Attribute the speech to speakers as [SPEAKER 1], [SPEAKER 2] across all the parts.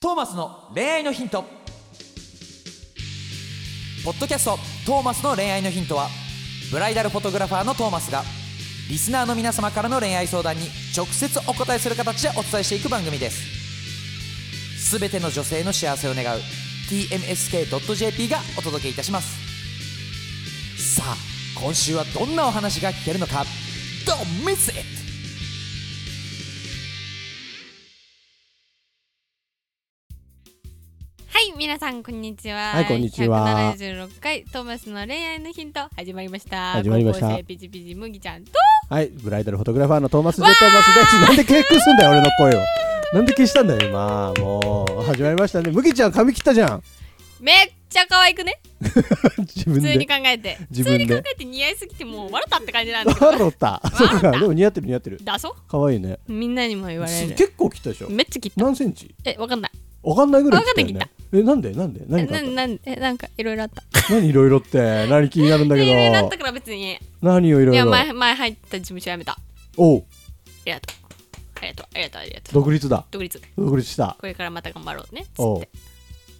[SPEAKER 1] トーマスの恋愛のヒントポッドキャスト「トーマスの恋愛のヒントは」ブライダルフォトグラファーのトーマスがリスナーの皆様からの恋愛相談に直接お答えする形でお伝えしていく番組ですすべての女性の幸せを願う TMSK.jp がお届けいたしますさあ今週はどんなお話が聞けるのか Don't miss it!
[SPEAKER 2] はい、皆さんこんにちは。
[SPEAKER 3] はいこんにちは
[SPEAKER 2] 176回トーマスの恋愛のヒント始まりました。
[SPEAKER 3] 始まりました
[SPEAKER 2] 高校生ピチピチ麦ちゃんと
[SPEAKER 3] はい、ブライダルフォトグラファーのトーマス・ジェットーマスです。なんで消すんだよ、俺の声を。なんで消したんだよ、今。もう、始まりましたね。麦ちゃん、髪切ったじゃん。
[SPEAKER 2] めっちゃ可愛くね。
[SPEAKER 3] 自分
[SPEAKER 2] 普通に
[SPEAKER 3] で
[SPEAKER 2] 考。えて、
[SPEAKER 3] 自
[SPEAKER 2] 普
[SPEAKER 3] 分
[SPEAKER 2] 通
[SPEAKER 3] で
[SPEAKER 2] に考えて似合いすぎてもう笑ったって感じなんだけど。
[SPEAKER 3] 笑った。そうか、でも似合ってる似合ってる。
[SPEAKER 2] だそ？
[SPEAKER 3] 可愛いね。
[SPEAKER 2] みんなにも言われる。
[SPEAKER 3] 結構切ったでしょ。
[SPEAKER 2] めっちゃ切った。
[SPEAKER 3] 何センチ
[SPEAKER 2] え、わかんない。
[SPEAKER 3] わかんないぐらい切ったよ
[SPEAKER 2] わか
[SPEAKER 3] ね。え、なんでなんで
[SPEAKER 2] え
[SPEAKER 3] 何があ
[SPEAKER 2] な
[SPEAKER 3] った
[SPEAKER 2] なんえなんかいろいろあった。
[SPEAKER 3] 何いろいろって。何気になるんだけ
[SPEAKER 2] いろいろあっ
[SPEAKER 3] ど
[SPEAKER 2] た。から別に。
[SPEAKER 3] 何をいろ
[SPEAKER 2] い
[SPEAKER 3] い
[SPEAKER 2] や
[SPEAKER 3] ろ。
[SPEAKER 2] 前前入った事務所辞めた。あ
[SPEAKER 3] おう、
[SPEAKER 2] りがとう。ありがとう。ありがとう。ありがとう。
[SPEAKER 3] 独立だ。
[SPEAKER 2] 独立。
[SPEAKER 3] 独立した。
[SPEAKER 2] これからまた頑張ろうね。つ
[SPEAKER 3] お
[SPEAKER 2] っ
[SPEAKER 3] う
[SPEAKER 2] て。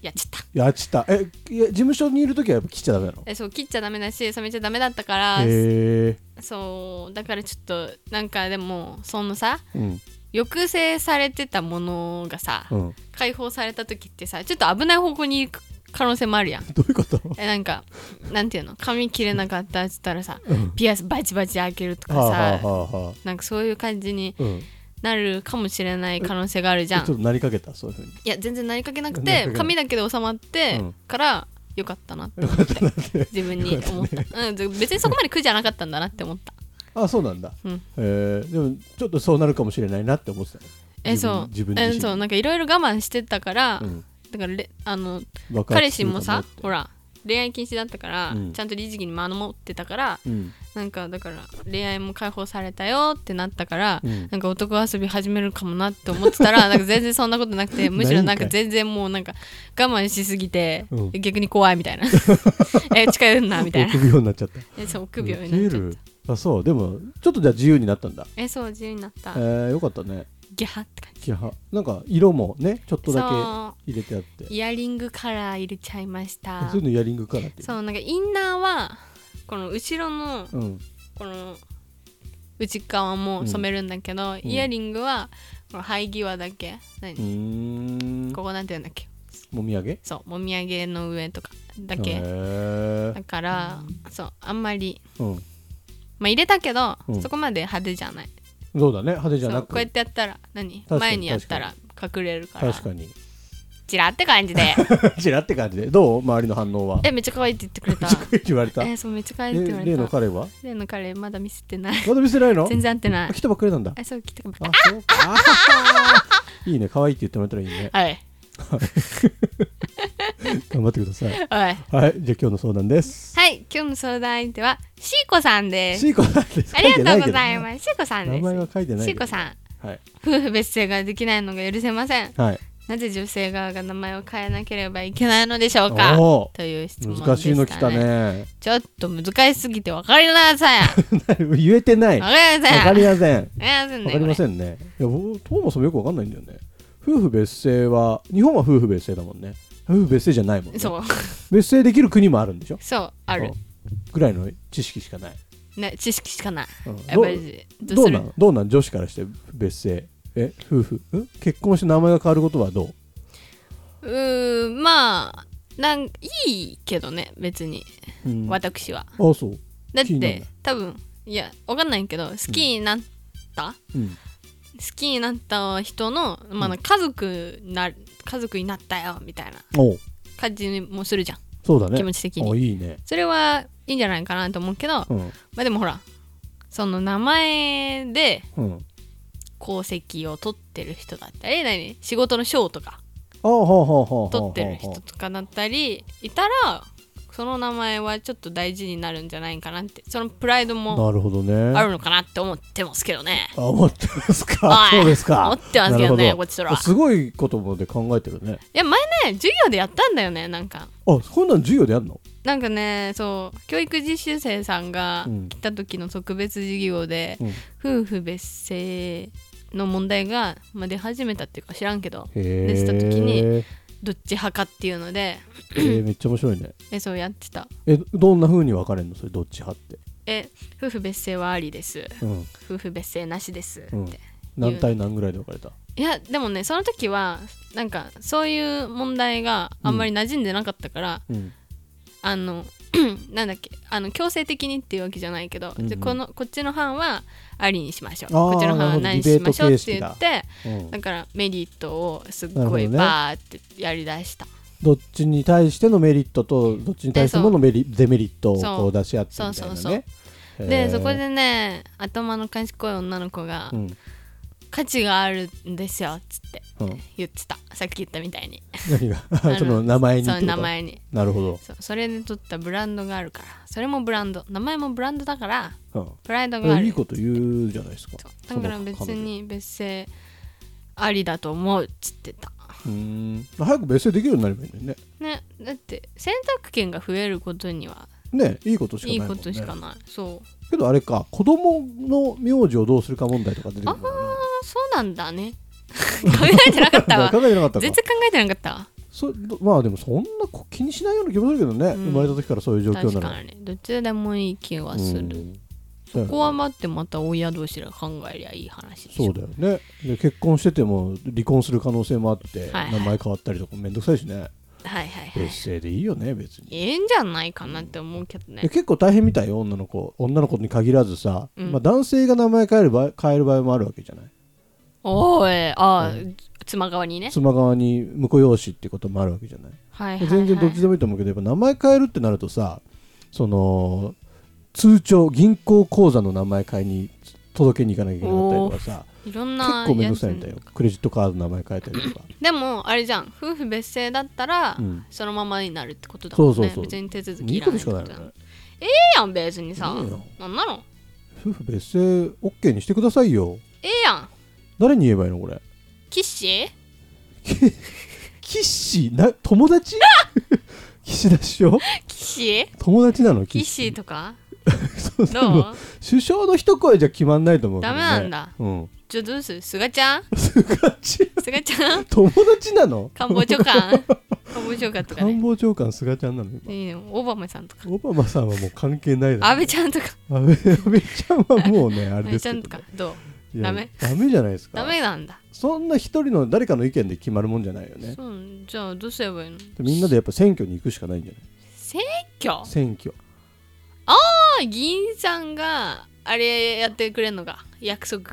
[SPEAKER 2] やっちゃった。
[SPEAKER 3] やっちった。え、いや事務所にいるときはやっぱ切っちゃダメなの
[SPEAKER 2] えそう切っちゃダメだし染めちゃダメだったから
[SPEAKER 3] へえ。
[SPEAKER 2] そうだからちょっとなんかでもそのさ
[SPEAKER 3] うん。
[SPEAKER 2] 抑制されてたものがさ、
[SPEAKER 3] うん。
[SPEAKER 2] 解放された時ってさちょっと危ない方向に行く可能性もあるやん
[SPEAKER 3] どういうこと
[SPEAKER 2] えなんかなんていうの髪切れなかったっつったらさ
[SPEAKER 3] うん
[SPEAKER 2] ピアスバチバチ開けるとか
[SPEAKER 3] は
[SPEAKER 2] さ、
[SPEAKER 3] あはあはあはあ。
[SPEAKER 2] なんかそういう感じに
[SPEAKER 3] うん。
[SPEAKER 2] なるかもしれない可能性があるじゃ
[SPEAKER 3] ちょ
[SPEAKER 2] ん
[SPEAKER 3] っとなりかけたそういうふうに
[SPEAKER 2] いや全然なりかけなく
[SPEAKER 3] なりか
[SPEAKER 2] て
[SPEAKER 3] けない
[SPEAKER 2] 髪だけで収まって
[SPEAKER 3] うん
[SPEAKER 2] からよかったなって思って自分に思った、うん、別にそこまで苦じゃなかったんだなって思った
[SPEAKER 3] あそうなんだ、
[SPEAKER 2] うん
[SPEAKER 3] えーでもちょっとそうなるかもしれないなって思ってたの
[SPEAKER 2] え
[SPEAKER 3] 自分
[SPEAKER 2] そう
[SPEAKER 3] 自分
[SPEAKER 2] え
[SPEAKER 3] 自身
[SPEAKER 2] そうなんかいろいろ我慢してたから、
[SPEAKER 3] うん
[SPEAKER 2] だかられあの
[SPEAKER 3] 爆
[SPEAKER 2] 彼
[SPEAKER 3] 発
[SPEAKER 2] 氏
[SPEAKER 3] するか
[SPEAKER 2] も
[SPEAKER 3] な
[SPEAKER 2] さ
[SPEAKER 3] って
[SPEAKER 2] ほら恋愛禁止だったから、
[SPEAKER 3] うん
[SPEAKER 2] ちゃんと理事儀に守ってたから
[SPEAKER 3] うん
[SPEAKER 2] なんかだから恋愛も解放されたよってなったから、
[SPEAKER 3] うん
[SPEAKER 2] なんか男遊び始めるかもなって思ってた らなんか全然そんなことなくてむしろなんか全然もうなんか我慢しすぎて、
[SPEAKER 3] うん
[SPEAKER 2] 逆に怖いみたいな え近寄るなみたいな
[SPEAKER 3] 臆病になっち ゃった
[SPEAKER 2] えそう臆病になっちゃっ
[SPEAKER 3] ウ
[SPEAKER 2] た
[SPEAKER 3] ケるあそうでもちょっとじゃあ自由になったんだ
[SPEAKER 2] えそう自由になった、
[SPEAKER 3] えー、よかったね
[SPEAKER 2] ギャハって感じ
[SPEAKER 3] キャハなんか色もねちょっとだけ
[SPEAKER 2] そ
[SPEAKER 3] 入れてあって
[SPEAKER 2] うイヤリングカラー入れちゃいました
[SPEAKER 3] そういうのイヤリングからってい
[SPEAKER 2] そうなんかインナーはこの後ろの
[SPEAKER 3] う、うん、
[SPEAKER 2] この内側も染めるんだけど、イヤリングはこの生え際だけ何、
[SPEAKER 3] うーん
[SPEAKER 2] ここなんて言うんだっけ
[SPEAKER 3] もみあげ
[SPEAKER 2] そうもみあげの上とかだ
[SPEAKER 3] だ
[SPEAKER 2] け、
[SPEAKER 3] へー
[SPEAKER 2] だから、そうあんまり
[SPEAKER 3] うん
[SPEAKER 2] まあ入れたけど、
[SPEAKER 3] うん
[SPEAKER 2] そこまで派手じゃない
[SPEAKER 3] そうだね派手じゃ
[SPEAKER 2] そ
[SPEAKER 3] な
[SPEAKER 2] う
[SPEAKER 3] く
[SPEAKER 2] こうやってやったら何
[SPEAKER 3] かに
[SPEAKER 2] 前にやったら隠れるから
[SPEAKER 3] 確かに
[SPEAKER 2] チラって感じで
[SPEAKER 3] ちらって感じでどう周りの反応は
[SPEAKER 2] えめっちゃ可愛いって言ってくれた
[SPEAKER 3] 言われた
[SPEAKER 2] えそうめっちゃ可愛いって言わ
[SPEAKER 3] え
[SPEAKER 2] れ
[SPEAKER 3] 例
[SPEAKER 2] た
[SPEAKER 3] の彼は
[SPEAKER 2] 例の彼まだ見せてない
[SPEAKER 3] まだ見せないの
[SPEAKER 2] 全然合って ない
[SPEAKER 3] 来たばっかりなんだ
[SPEAKER 2] えそう来てくれ
[SPEAKER 3] あそうかあははいいね可愛いって言ってもらったらいい ね
[SPEAKER 2] たはい
[SPEAKER 3] 頑張ってください
[SPEAKER 2] はい
[SPEAKER 3] はいじゃあ今日の相談です
[SPEAKER 2] はい、今日の相談相手はシーコさんです。
[SPEAKER 3] シーコなんです
[SPEAKER 2] ありがとうござい
[SPEAKER 3] す
[SPEAKER 2] ます。シーコさんで
[SPEAKER 3] 名前は
[SPEAKER 2] す。
[SPEAKER 3] 書いてない
[SPEAKER 2] シー
[SPEAKER 3] けど
[SPEAKER 2] コさん、
[SPEAKER 3] はい
[SPEAKER 2] 夫婦別姓ができないのが許せません。
[SPEAKER 3] はい
[SPEAKER 2] なぜ女性側が名前を変えなければいけないのでしょうか
[SPEAKER 3] おー
[SPEAKER 2] という質問でした、ね。
[SPEAKER 3] 難しいの来た。ね
[SPEAKER 2] ちょっと難しすぎてわかりません。わか
[SPEAKER 3] 言えてない
[SPEAKER 2] りま
[SPEAKER 3] わ
[SPEAKER 2] せん。
[SPEAKER 3] かりません
[SPEAKER 2] わかりませんね。
[SPEAKER 3] わかりま
[SPEAKER 2] ん。
[SPEAKER 3] せんねいや僕トーマスもよくわかんないんだよね夫婦別姓は日本は夫婦別姓だもんね夫婦別姓じゃないもんね
[SPEAKER 2] そう、
[SPEAKER 3] 別姓できる国もあるんでしょ
[SPEAKER 2] そう、ある。
[SPEAKER 3] ぐらいの知識しかない
[SPEAKER 2] ね、知識しかない。
[SPEAKER 3] うん
[SPEAKER 2] やっぱり、
[SPEAKER 3] どう
[SPEAKER 2] する
[SPEAKER 3] なんどうなん女子からして別姓え夫婦ん結婚して名前が変わることはどう
[SPEAKER 2] うーん、まあ、なんいいけどね、別に、
[SPEAKER 3] うんあ
[SPEAKER 2] 私は。
[SPEAKER 3] そう
[SPEAKER 2] だっ
[SPEAKER 3] 気になら
[SPEAKER 2] て
[SPEAKER 3] ない
[SPEAKER 2] 多分いやわかんないけど好きになった、
[SPEAKER 3] うん
[SPEAKER 2] 好きになった人の、まあ、
[SPEAKER 3] うん
[SPEAKER 2] 家族な家族になったよみたいな
[SPEAKER 3] おう
[SPEAKER 2] 感じもするじゃん
[SPEAKER 3] そうだね
[SPEAKER 2] 気持ち的
[SPEAKER 3] お
[SPEAKER 2] に
[SPEAKER 3] いいね
[SPEAKER 2] それはいいんじゃないかなと思うけど、ま
[SPEAKER 3] うん
[SPEAKER 2] あでもほらその名前で
[SPEAKER 3] うん
[SPEAKER 2] 功績を取ってる人だったり何仕事の賞とか
[SPEAKER 3] あほうほうほうほう
[SPEAKER 2] 取ってる人とかだったりいたらその名前はちょっと大事になるんじゃないかなってそのプライドも
[SPEAKER 3] なるほどね
[SPEAKER 2] あるのかなって思ってますけどね
[SPEAKER 3] あ思ってますか
[SPEAKER 2] はい
[SPEAKER 3] そうですか
[SPEAKER 2] 思ってますけどね
[SPEAKER 3] なるほ
[SPEAKER 2] こっちとらは
[SPEAKER 3] すごいことまで考えてるね
[SPEAKER 2] いや前ね授業でやったんだよねなんか
[SPEAKER 3] あこんなん授業でやるの
[SPEAKER 2] なんかねそう教育実習生さんが
[SPEAKER 3] うん
[SPEAKER 2] 来た時の特別授業で、
[SPEAKER 3] うん
[SPEAKER 2] 夫婦別姓の問題が、まあ、出始めたっていうか知らんけど
[SPEAKER 3] へ
[SPEAKER 2] でした時に
[SPEAKER 3] え
[SPEAKER 2] どっち派かっていうので
[SPEAKER 3] ーめっちゃ面白いね
[SPEAKER 2] えそうやってた
[SPEAKER 3] えどんな風に分かれるのそれどっち派って、
[SPEAKER 2] え夫婦別姓はありです
[SPEAKER 3] うん、
[SPEAKER 2] 夫婦別姓なしですって、
[SPEAKER 3] うん何対何ぐらいで分かれた
[SPEAKER 2] いやでもねその時はなんかそういう問題があんまり馴染んでなかったから、
[SPEAKER 3] うん
[SPEAKER 2] あの なんだっけあの強制的にっていうわけじゃないけど、
[SPEAKER 3] うんうん
[SPEAKER 2] じゃあこのこっちの班はありにしましょう
[SPEAKER 3] あー
[SPEAKER 2] こっちの班は何にしましょうって言って
[SPEAKER 3] うん
[SPEAKER 2] だからメリットをすっ
[SPEAKER 3] なるほ
[SPEAKER 2] ご
[SPEAKER 3] ど
[SPEAKER 2] い
[SPEAKER 3] ね
[SPEAKER 2] バーってやりだした、
[SPEAKER 3] どっちに対してのメリットとどっちに対してののメリデメリットをこ
[SPEAKER 2] そうう
[SPEAKER 3] 出し合ってみたいな
[SPEAKER 2] そうそうそう
[SPEAKER 3] ねへー
[SPEAKER 2] でそこでね頭の賢い女の子が
[SPEAKER 3] うん
[SPEAKER 2] 価値があるんですよっつって
[SPEAKER 3] うん
[SPEAKER 2] 言ってたさっき言ったみたいに
[SPEAKER 3] 何が
[SPEAKER 2] あの
[SPEAKER 3] その名前にって
[SPEAKER 2] そ
[SPEAKER 3] こ
[SPEAKER 2] う
[SPEAKER 3] と
[SPEAKER 2] 名前に
[SPEAKER 3] なるほ
[SPEAKER 2] そうそれで取ったブランドがあるからそれもブランド名前もブランドだから
[SPEAKER 3] ど
[SPEAKER 2] プライド
[SPEAKER 3] うん
[SPEAKER 2] がある
[SPEAKER 3] いいこと言うじゃないですか
[SPEAKER 2] そうだから別に別姓ありだと思うっつってた
[SPEAKER 3] その彼女うーん早く別姓できるようになればいいのにね
[SPEAKER 2] ねだって選択権が増えることには
[SPEAKER 3] ねいいことしかない
[SPEAKER 2] い
[SPEAKER 3] もんね
[SPEAKER 2] ことしかないそう
[SPEAKER 3] けどあれか子供の名字をどうするか問題とか出てくる
[SPEAKER 2] ああ
[SPEAKER 3] のかな
[SPEAKER 2] そうなんだね 考えてなかったわ
[SPEAKER 3] 考えてなかったか
[SPEAKER 2] 全然考えてなかったわ
[SPEAKER 3] そどまあでもそんなこ気にしないような気もするけどね、
[SPEAKER 2] うん
[SPEAKER 3] 生まれた時からそういう状況
[SPEAKER 2] 確
[SPEAKER 3] なら
[SPEAKER 2] かにどっちでもいい気はす
[SPEAKER 3] う
[SPEAKER 2] る
[SPEAKER 3] ん
[SPEAKER 2] そこは待ってまた親同士が考えりゃいい話でし
[SPEAKER 3] そ
[SPEAKER 2] ょ
[SPEAKER 3] うだよねで結婚してても離婚する可能性もあって、
[SPEAKER 2] はいはい
[SPEAKER 3] 名前変わったりとかめんどくさいしね
[SPEAKER 2] はいはいはい
[SPEAKER 3] 別姓でいいよね別に、
[SPEAKER 2] いいんじゃないかなって思うけど
[SPEAKER 3] で
[SPEAKER 2] ね
[SPEAKER 3] 結構大変みたいよ女の子女の子に限らずさ、
[SPEAKER 2] うん
[SPEAKER 3] まあ、男性が名前変える場合変える場合もあるわけじゃない
[SPEAKER 2] おーえーあー、妻側にね
[SPEAKER 3] 妻側に婿養子ってこともあるわけじゃない
[SPEAKER 2] はいはい、はい、
[SPEAKER 3] 全然どっちでもいいと思うけどやっぱ名前変えるってなるとさその通帳銀行口座の名前変えに届けに行かなきゃいけなかったりとかさ
[SPEAKER 2] いろん
[SPEAKER 3] 結
[SPEAKER 2] な
[SPEAKER 3] 構めん
[SPEAKER 2] や
[SPEAKER 3] どく
[SPEAKER 2] つ
[SPEAKER 3] さいんだよクレジットカードの名前変えたりとか
[SPEAKER 2] でもあれじゃん夫婦別姓だったら、
[SPEAKER 3] うん
[SPEAKER 2] そのままになるってことだもんね
[SPEAKER 3] そうそうそう
[SPEAKER 2] 別に手続き
[SPEAKER 3] いいことしかないよ
[SPEAKER 2] らんって
[SPEAKER 3] ね
[SPEAKER 2] こええやん別にさ
[SPEAKER 3] いいよ
[SPEAKER 2] なんなの
[SPEAKER 3] 夫婦別姓 OK にしてくださいよ
[SPEAKER 2] ええやん
[SPEAKER 3] 誰に言えばいいのこれ
[SPEAKER 2] キッシ
[SPEAKER 3] キッシーな友 達岸田首相
[SPEAKER 2] ーキッシー
[SPEAKER 3] 友達なの
[SPEAKER 2] キッ
[SPEAKER 3] シ
[SPEAKER 2] シーとか
[SPEAKER 3] ー そう
[SPEAKER 2] どう
[SPEAKER 3] 首相の一声じゃ決まんないと思うけど、ね、
[SPEAKER 2] ダメなんだ
[SPEAKER 3] うん
[SPEAKER 2] ちょどうするすがちゃん
[SPEAKER 3] ガチ
[SPEAKER 2] すがちゃん
[SPEAKER 3] 友達なの
[SPEAKER 2] 官房 長官官房長官とか
[SPEAKER 3] 官
[SPEAKER 2] ね
[SPEAKER 3] 房長官菅ちゃんなの今
[SPEAKER 2] いいよオバマさんとか
[SPEAKER 3] オバマさんはもう関係ないだ
[SPEAKER 2] 安
[SPEAKER 3] ろ
[SPEAKER 2] 倍ちゃんとか
[SPEAKER 3] 安倍安倍ちゃんはもう ねあ
[SPEAKER 2] 安
[SPEAKER 3] れで
[SPEAKER 2] 倍
[SPEAKER 3] す
[SPEAKER 2] ちゃ
[SPEAKER 3] け
[SPEAKER 2] ん
[SPEAKER 3] ど
[SPEAKER 2] とかどう
[SPEAKER 3] いや
[SPEAKER 2] ダメ
[SPEAKER 3] ダメじゃないですか
[SPEAKER 2] ダメなんだ
[SPEAKER 3] そんな一人の誰かの意見で決まるもんじゃないよね
[SPEAKER 2] そうじゃあどうすればいいの
[SPEAKER 3] みんなでやっぱ選挙に行くしかないんじゃない
[SPEAKER 2] 選挙
[SPEAKER 3] 選挙
[SPEAKER 2] あ議員さんがあれやってくれるのが約束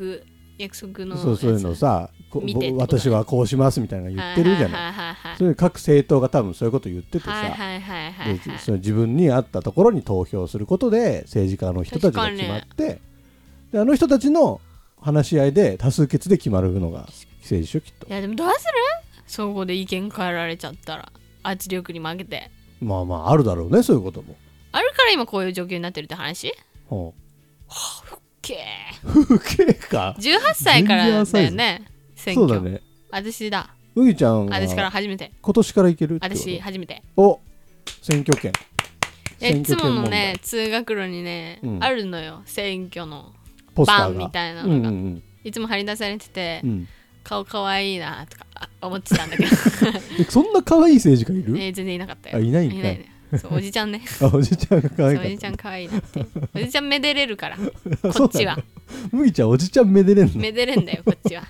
[SPEAKER 2] 約束の
[SPEAKER 3] そうそういうのをさこ
[SPEAKER 2] 見てって
[SPEAKER 3] ぼ
[SPEAKER 2] こと
[SPEAKER 3] 私はこうしますみたいなの言ってるじゃない
[SPEAKER 2] いはいはい
[SPEAKER 3] それで各政党が多分そういうこと言っててさ、
[SPEAKER 2] はいはいはいはい
[SPEAKER 3] でその自分に合ったところに投票することで政治家の人たちが決まって、であの人たちの話し合いで多数決で決まるのが政治でしょきっと
[SPEAKER 2] いやでもどうする総合で意見変えられちゃったら圧力に負けて
[SPEAKER 3] まあまああるだろうねそういうことも。
[SPEAKER 2] あるから今こういう状況になってるって話
[SPEAKER 3] ほ
[SPEAKER 2] け
[SPEAKER 3] う受けか
[SPEAKER 2] ー18歳からだよね選
[SPEAKER 3] そ
[SPEAKER 2] 挙
[SPEAKER 3] うだね
[SPEAKER 2] 私だ
[SPEAKER 3] 麦ちゃん
[SPEAKER 2] 私から
[SPEAKER 3] は
[SPEAKER 2] 初めて
[SPEAKER 3] 今年からいけるってこと
[SPEAKER 2] 私初めて
[SPEAKER 3] お選挙権
[SPEAKER 2] えいつもの
[SPEAKER 3] 問題
[SPEAKER 2] ね通学路にね、
[SPEAKER 3] うん
[SPEAKER 2] あるのよ選挙の
[SPEAKER 3] ポスタ
[SPEAKER 2] バ
[SPEAKER 3] ー
[SPEAKER 2] ン
[SPEAKER 3] が
[SPEAKER 2] みたいな
[SPEAKER 3] うん
[SPEAKER 2] の
[SPEAKER 3] う
[SPEAKER 2] が、
[SPEAKER 3] ん
[SPEAKER 2] いつも張り出されてて、
[SPEAKER 3] うんうん
[SPEAKER 2] 顔かわいいなとかあ思ってたんだけど、
[SPEAKER 3] えそんな可愛い政治家いる
[SPEAKER 2] えー全然いなかったよ
[SPEAKER 3] あいないんかい
[SPEAKER 2] いないねそうおじちゃんね
[SPEAKER 3] あおじちゃんが可
[SPEAKER 2] そう
[SPEAKER 3] 愛
[SPEAKER 2] お
[SPEAKER 3] か
[SPEAKER 2] じ
[SPEAKER 3] っ
[SPEAKER 2] ちゃんかわいいな っておじちゃんめでれるから
[SPEAKER 3] た
[SPEAKER 2] こっちは
[SPEAKER 3] そうなの麦ちゃんおじちゃんめでれんの
[SPEAKER 2] めでれんだよこっちは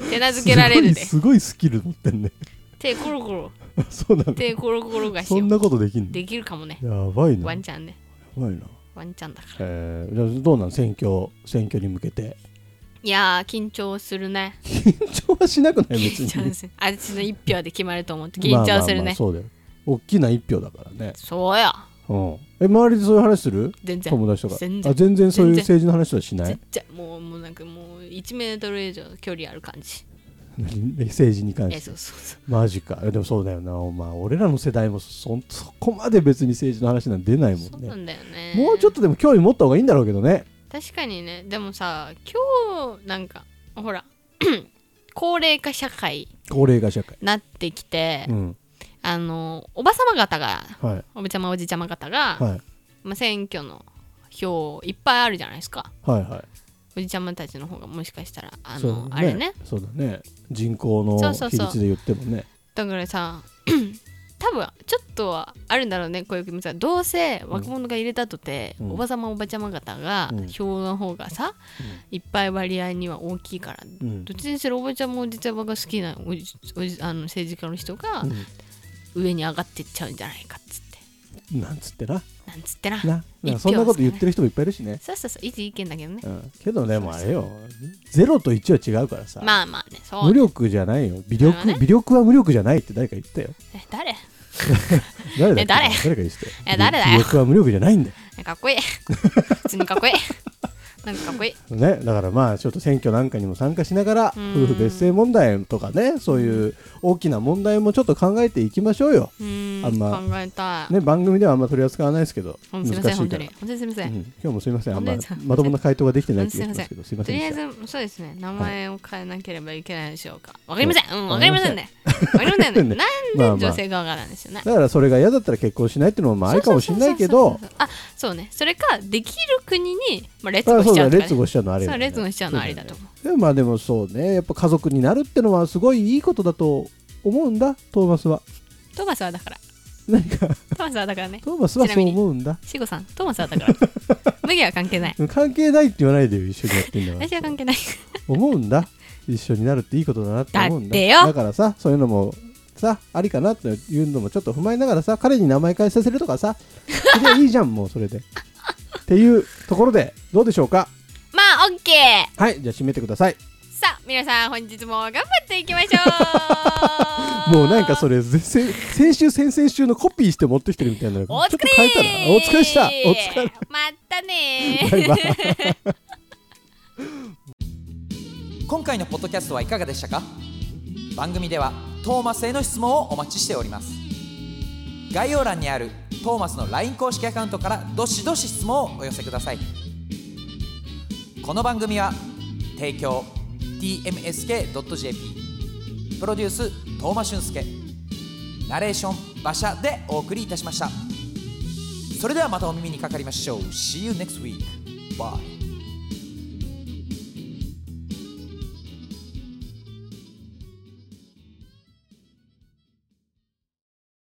[SPEAKER 2] 手なずけら れるです
[SPEAKER 3] ごいすごいスキル持ってんね
[SPEAKER 2] 手コロコロ
[SPEAKER 3] あそうなの
[SPEAKER 2] 手コロコロがし
[SPEAKER 3] そ
[SPEAKER 2] よ
[SPEAKER 3] ん
[SPEAKER 2] う
[SPEAKER 3] なことできん
[SPEAKER 2] できるかもね
[SPEAKER 3] のやばいな
[SPEAKER 2] ワ
[SPEAKER 3] や
[SPEAKER 2] ンちゃんね
[SPEAKER 3] ばいな
[SPEAKER 2] ワンちゃんだから
[SPEAKER 3] えー、じゃあどうなん選挙選挙に向けて
[SPEAKER 2] いやー緊張するね
[SPEAKER 3] 緊張はしなく ない別
[SPEAKER 2] 緊張
[SPEAKER 3] に
[SPEAKER 2] するあっちの一票で決まると思って緊張する
[SPEAKER 3] まあまあまあ
[SPEAKER 2] ね
[SPEAKER 3] そうだよ大きな一票だからね
[SPEAKER 2] そうや
[SPEAKER 3] うんえ周りでそういう話する
[SPEAKER 2] 全然
[SPEAKER 3] 友達とか
[SPEAKER 2] 全
[SPEAKER 3] あ
[SPEAKER 2] 然
[SPEAKER 3] 全然そうい
[SPEAKER 2] 全
[SPEAKER 3] う
[SPEAKER 2] 然
[SPEAKER 3] 政治の話はしな
[SPEAKER 2] ちっ
[SPEAKER 3] い
[SPEAKER 2] ちゃいもうもうなんかもう1メートル以上距離ある感じ
[SPEAKER 3] 何 政治に関
[SPEAKER 2] え
[SPEAKER 3] して
[SPEAKER 2] そうそうそう
[SPEAKER 3] マジかえでもそうだよなお前俺らの世代もそんそこまで別に政治の話なんて出ないも
[SPEAKER 2] そ
[SPEAKER 3] ん
[SPEAKER 2] うな
[SPEAKER 3] ね
[SPEAKER 2] んだよね
[SPEAKER 3] もうちょっとでも興味持った方がいいんだろうけどね
[SPEAKER 2] 確かにねでもさ今日なんかほら 高齢化社会
[SPEAKER 3] 高齢化社会
[SPEAKER 2] なってきて、
[SPEAKER 3] うん
[SPEAKER 2] あのおばさま方が
[SPEAKER 3] はい
[SPEAKER 2] おばちゃまおじちゃま方が、
[SPEAKER 3] はい
[SPEAKER 2] まあ、選挙の票いっぱいあるじゃないですか
[SPEAKER 3] はいはい
[SPEAKER 2] おじちゃまたちの方がもしかしたらあ
[SPEAKER 3] そう
[SPEAKER 2] の、
[SPEAKER 3] だ
[SPEAKER 2] あれね
[SPEAKER 3] そうだね人口の
[SPEAKER 2] そうそう
[SPEAKER 3] 比
[SPEAKER 2] そう
[SPEAKER 3] 率で言ってもね
[SPEAKER 2] だからさ 多分ちょっとはあるんだろうねこういう気持ちはどうせ若者が入れたとて、
[SPEAKER 3] うん
[SPEAKER 2] おばさまおばちゃま方が
[SPEAKER 3] うん
[SPEAKER 2] 票の方がさ、いっぱい割合には大きいから、
[SPEAKER 3] うん
[SPEAKER 2] どっちにしろおばちゃまおじちゃまが好きなおじおじあの政治家の人が
[SPEAKER 3] う
[SPEAKER 2] 上に上がってっちゃうんじゃないかっつって
[SPEAKER 3] んなんつってな
[SPEAKER 2] なんつってな
[SPEAKER 3] な
[SPEAKER 2] 一票
[SPEAKER 3] そんなこと言ってる人もいっぱいいるしね、
[SPEAKER 2] そうそうそう一意見だけどね、
[SPEAKER 3] うん、けどねもうあれよゼロと1は違うからさ、
[SPEAKER 2] まあまあねそう
[SPEAKER 3] 無力じゃないよ微
[SPEAKER 2] そ
[SPEAKER 3] 力、
[SPEAKER 2] れはね
[SPEAKER 3] 微力は無力じゃないって誰か言ったよ
[SPEAKER 2] え誰
[SPEAKER 3] 誰だっけ
[SPEAKER 2] え誰
[SPEAKER 3] 誰か言ってた
[SPEAKER 2] え誰だよ
[SPEAKER 3] 微力は無力じゃないんだよ
[SPEAKER 2] かっ こいい普通にかっこいいなんかかっこいい
[SPEAKER 3] ね、だからまあちょっと選挙なんかにも参加しながら
[SPEAKER 2] うん
[SPEAKER 3] 夫婦別姓問題とかねそういう大きな問題もちょっと考えていきましょうよ、
[SPEAKER 2] うーん
[SPEAKER 3] あんま
[SPEAKER 2] 考えたい、
[SPEAKER 3] ね、番組ではあんま取り扱わないですけど
[SPEAKER 2] ほん
[SPEAKER 3] 難
[SPEAKER 2] とすいません
[SPEAKER 3] しいから、
[SPEAKER 2] 本当に本当にすいませ、
[SPEAKER 3] うんん今日もすいませんあんま
[SPEAKER 2] 本当にすいません
[SPEAKER 3] まともな回答ができてない気
[SPEAKER 2] すいま
[SPEAKER 3] がしま
[SPEAKER 2] すせん
[SPEAKER 3] けどすいま
[SPEAKER 2] と
[SPEAKER 3] せん
[SPEAKER 2] りあ
[SPEAKER 3] で
[SPEAKER 2] え
[SPEAKER 3] し
[SPEAKER 2] ず
[SPEAKER 3] た
[SPEAKER 2] そうですね名前を変えなければいけないでしょうかわかりませんうんわ
[SPEAKER 3] わ
[SPEAKER 2] かり
[SPEAKER 3] かり
[SPEAKER 2] ま
[SPEAKER 3] ま
[SPEAKER 2] せ
[SPEAKER 3] せ
[SPEAKER 2] ん
[SPEAKER 3] ん
[SPEAKER 2] ねわかりませんね
[SPEAKER 3] ねま
[SPEAKER 2] なん
[SPEAKER 3] あまあ
[SPEAKER 2] で女性側がなんですよね
[SPEAKER 3] だからそれが嫌だったら結婚しないっていうのもまあありかもしれないけ
[SPEAKER 2] そう
[SPEAKER 3] ど
[SPEAKER 2] そうそうそうあそうねそれかできる国に、まあ、レッツ
[SPEAKER 3] あ
[SPEAKER 2] ゴ
[SPEAKER 3] そ
[SPEAKER 2] し
[SPEAKER 3] う
[SPEAKER 2] ちゃ
[SPEAKER 3] だ
[SPEAKER 2] うとか、ね、
[SPEAKER 3] 列語しちゃうのあれ
[SPEAKER 2] そう
[SPEAKER 3] よ、
[SPEAKER 2] レッ
[SPEAKER 3] ね、
[SPEAKER 2] ツゴしちゃうのありだと思う
[SPEAKER 3] でもまあでもそうねやっぱ家族になるってのはすごいいいことだと思うんだトーマスは
[SPEAKER 2] トーマスはだから
[SPEAKER 3] 何か
[SPEAKER 2] トーマスはだからね
[SPEAKER 3] トーマスは
[SPEAKER 2] ちな
[SPEAKER 3] そう
[SPEAKER 2] みに
[SPEAKER 3] 思うんだ
[SPEAKER 2] シゴさんトーマスはだから 麦は関係ない
[SPEAKER 3] 関係ないって言わないでよ一緒にやってんだから
[SPEAKER 2] 私は関 係ない
[SPEAKER 3] 思うんだ一緒になるっていいことだなって思うんだ
[SPEAKER 2] だってよ
[SPEAKER 3] だからさそういうのもさありかなっていうのもちょっと踏まえながらさ彼に名前変えさせるとかさそれでいいじゃんもうそれでっていうところでどうでしょうか
[SPEAKER 2] まあオッケー
[SPEAKER 3] はいじゃあ締めてください
[SPEAKER 2] さあ皆さん本日も頑張っていきましょう
[SPEAKER 3] もうなんかそ
[SPEAKER 2] れ
[SPEAKER 3] れぜ先先週先々週のコピーして持ってきてるみたいなのち
[SPEAKER 2] お
[SPEAKER 3] ょっ
[SPEAKER 2] 疲
[SPEAKER 3] と
[SPEAKER 2] れ
[SPEAKER 3] 変えたらお疲れしたお疲れ
[SPEAKER 2] またねー
[SPEAKER 3] バイバイ
[SPEAKER 1] 今回のポッドキャストはいかがでしたか番組ではトーマスへの質問をお待ちしております概要欄にあるトーマスの LINE 公式アカウントからどしどし質問をお寄せくださいこの番組は提供 tmsk.jp プロデューストーマ俊介ナレーション馬車でお送りいたしましたそれではまたお耳にかかりましょう See you next week Bye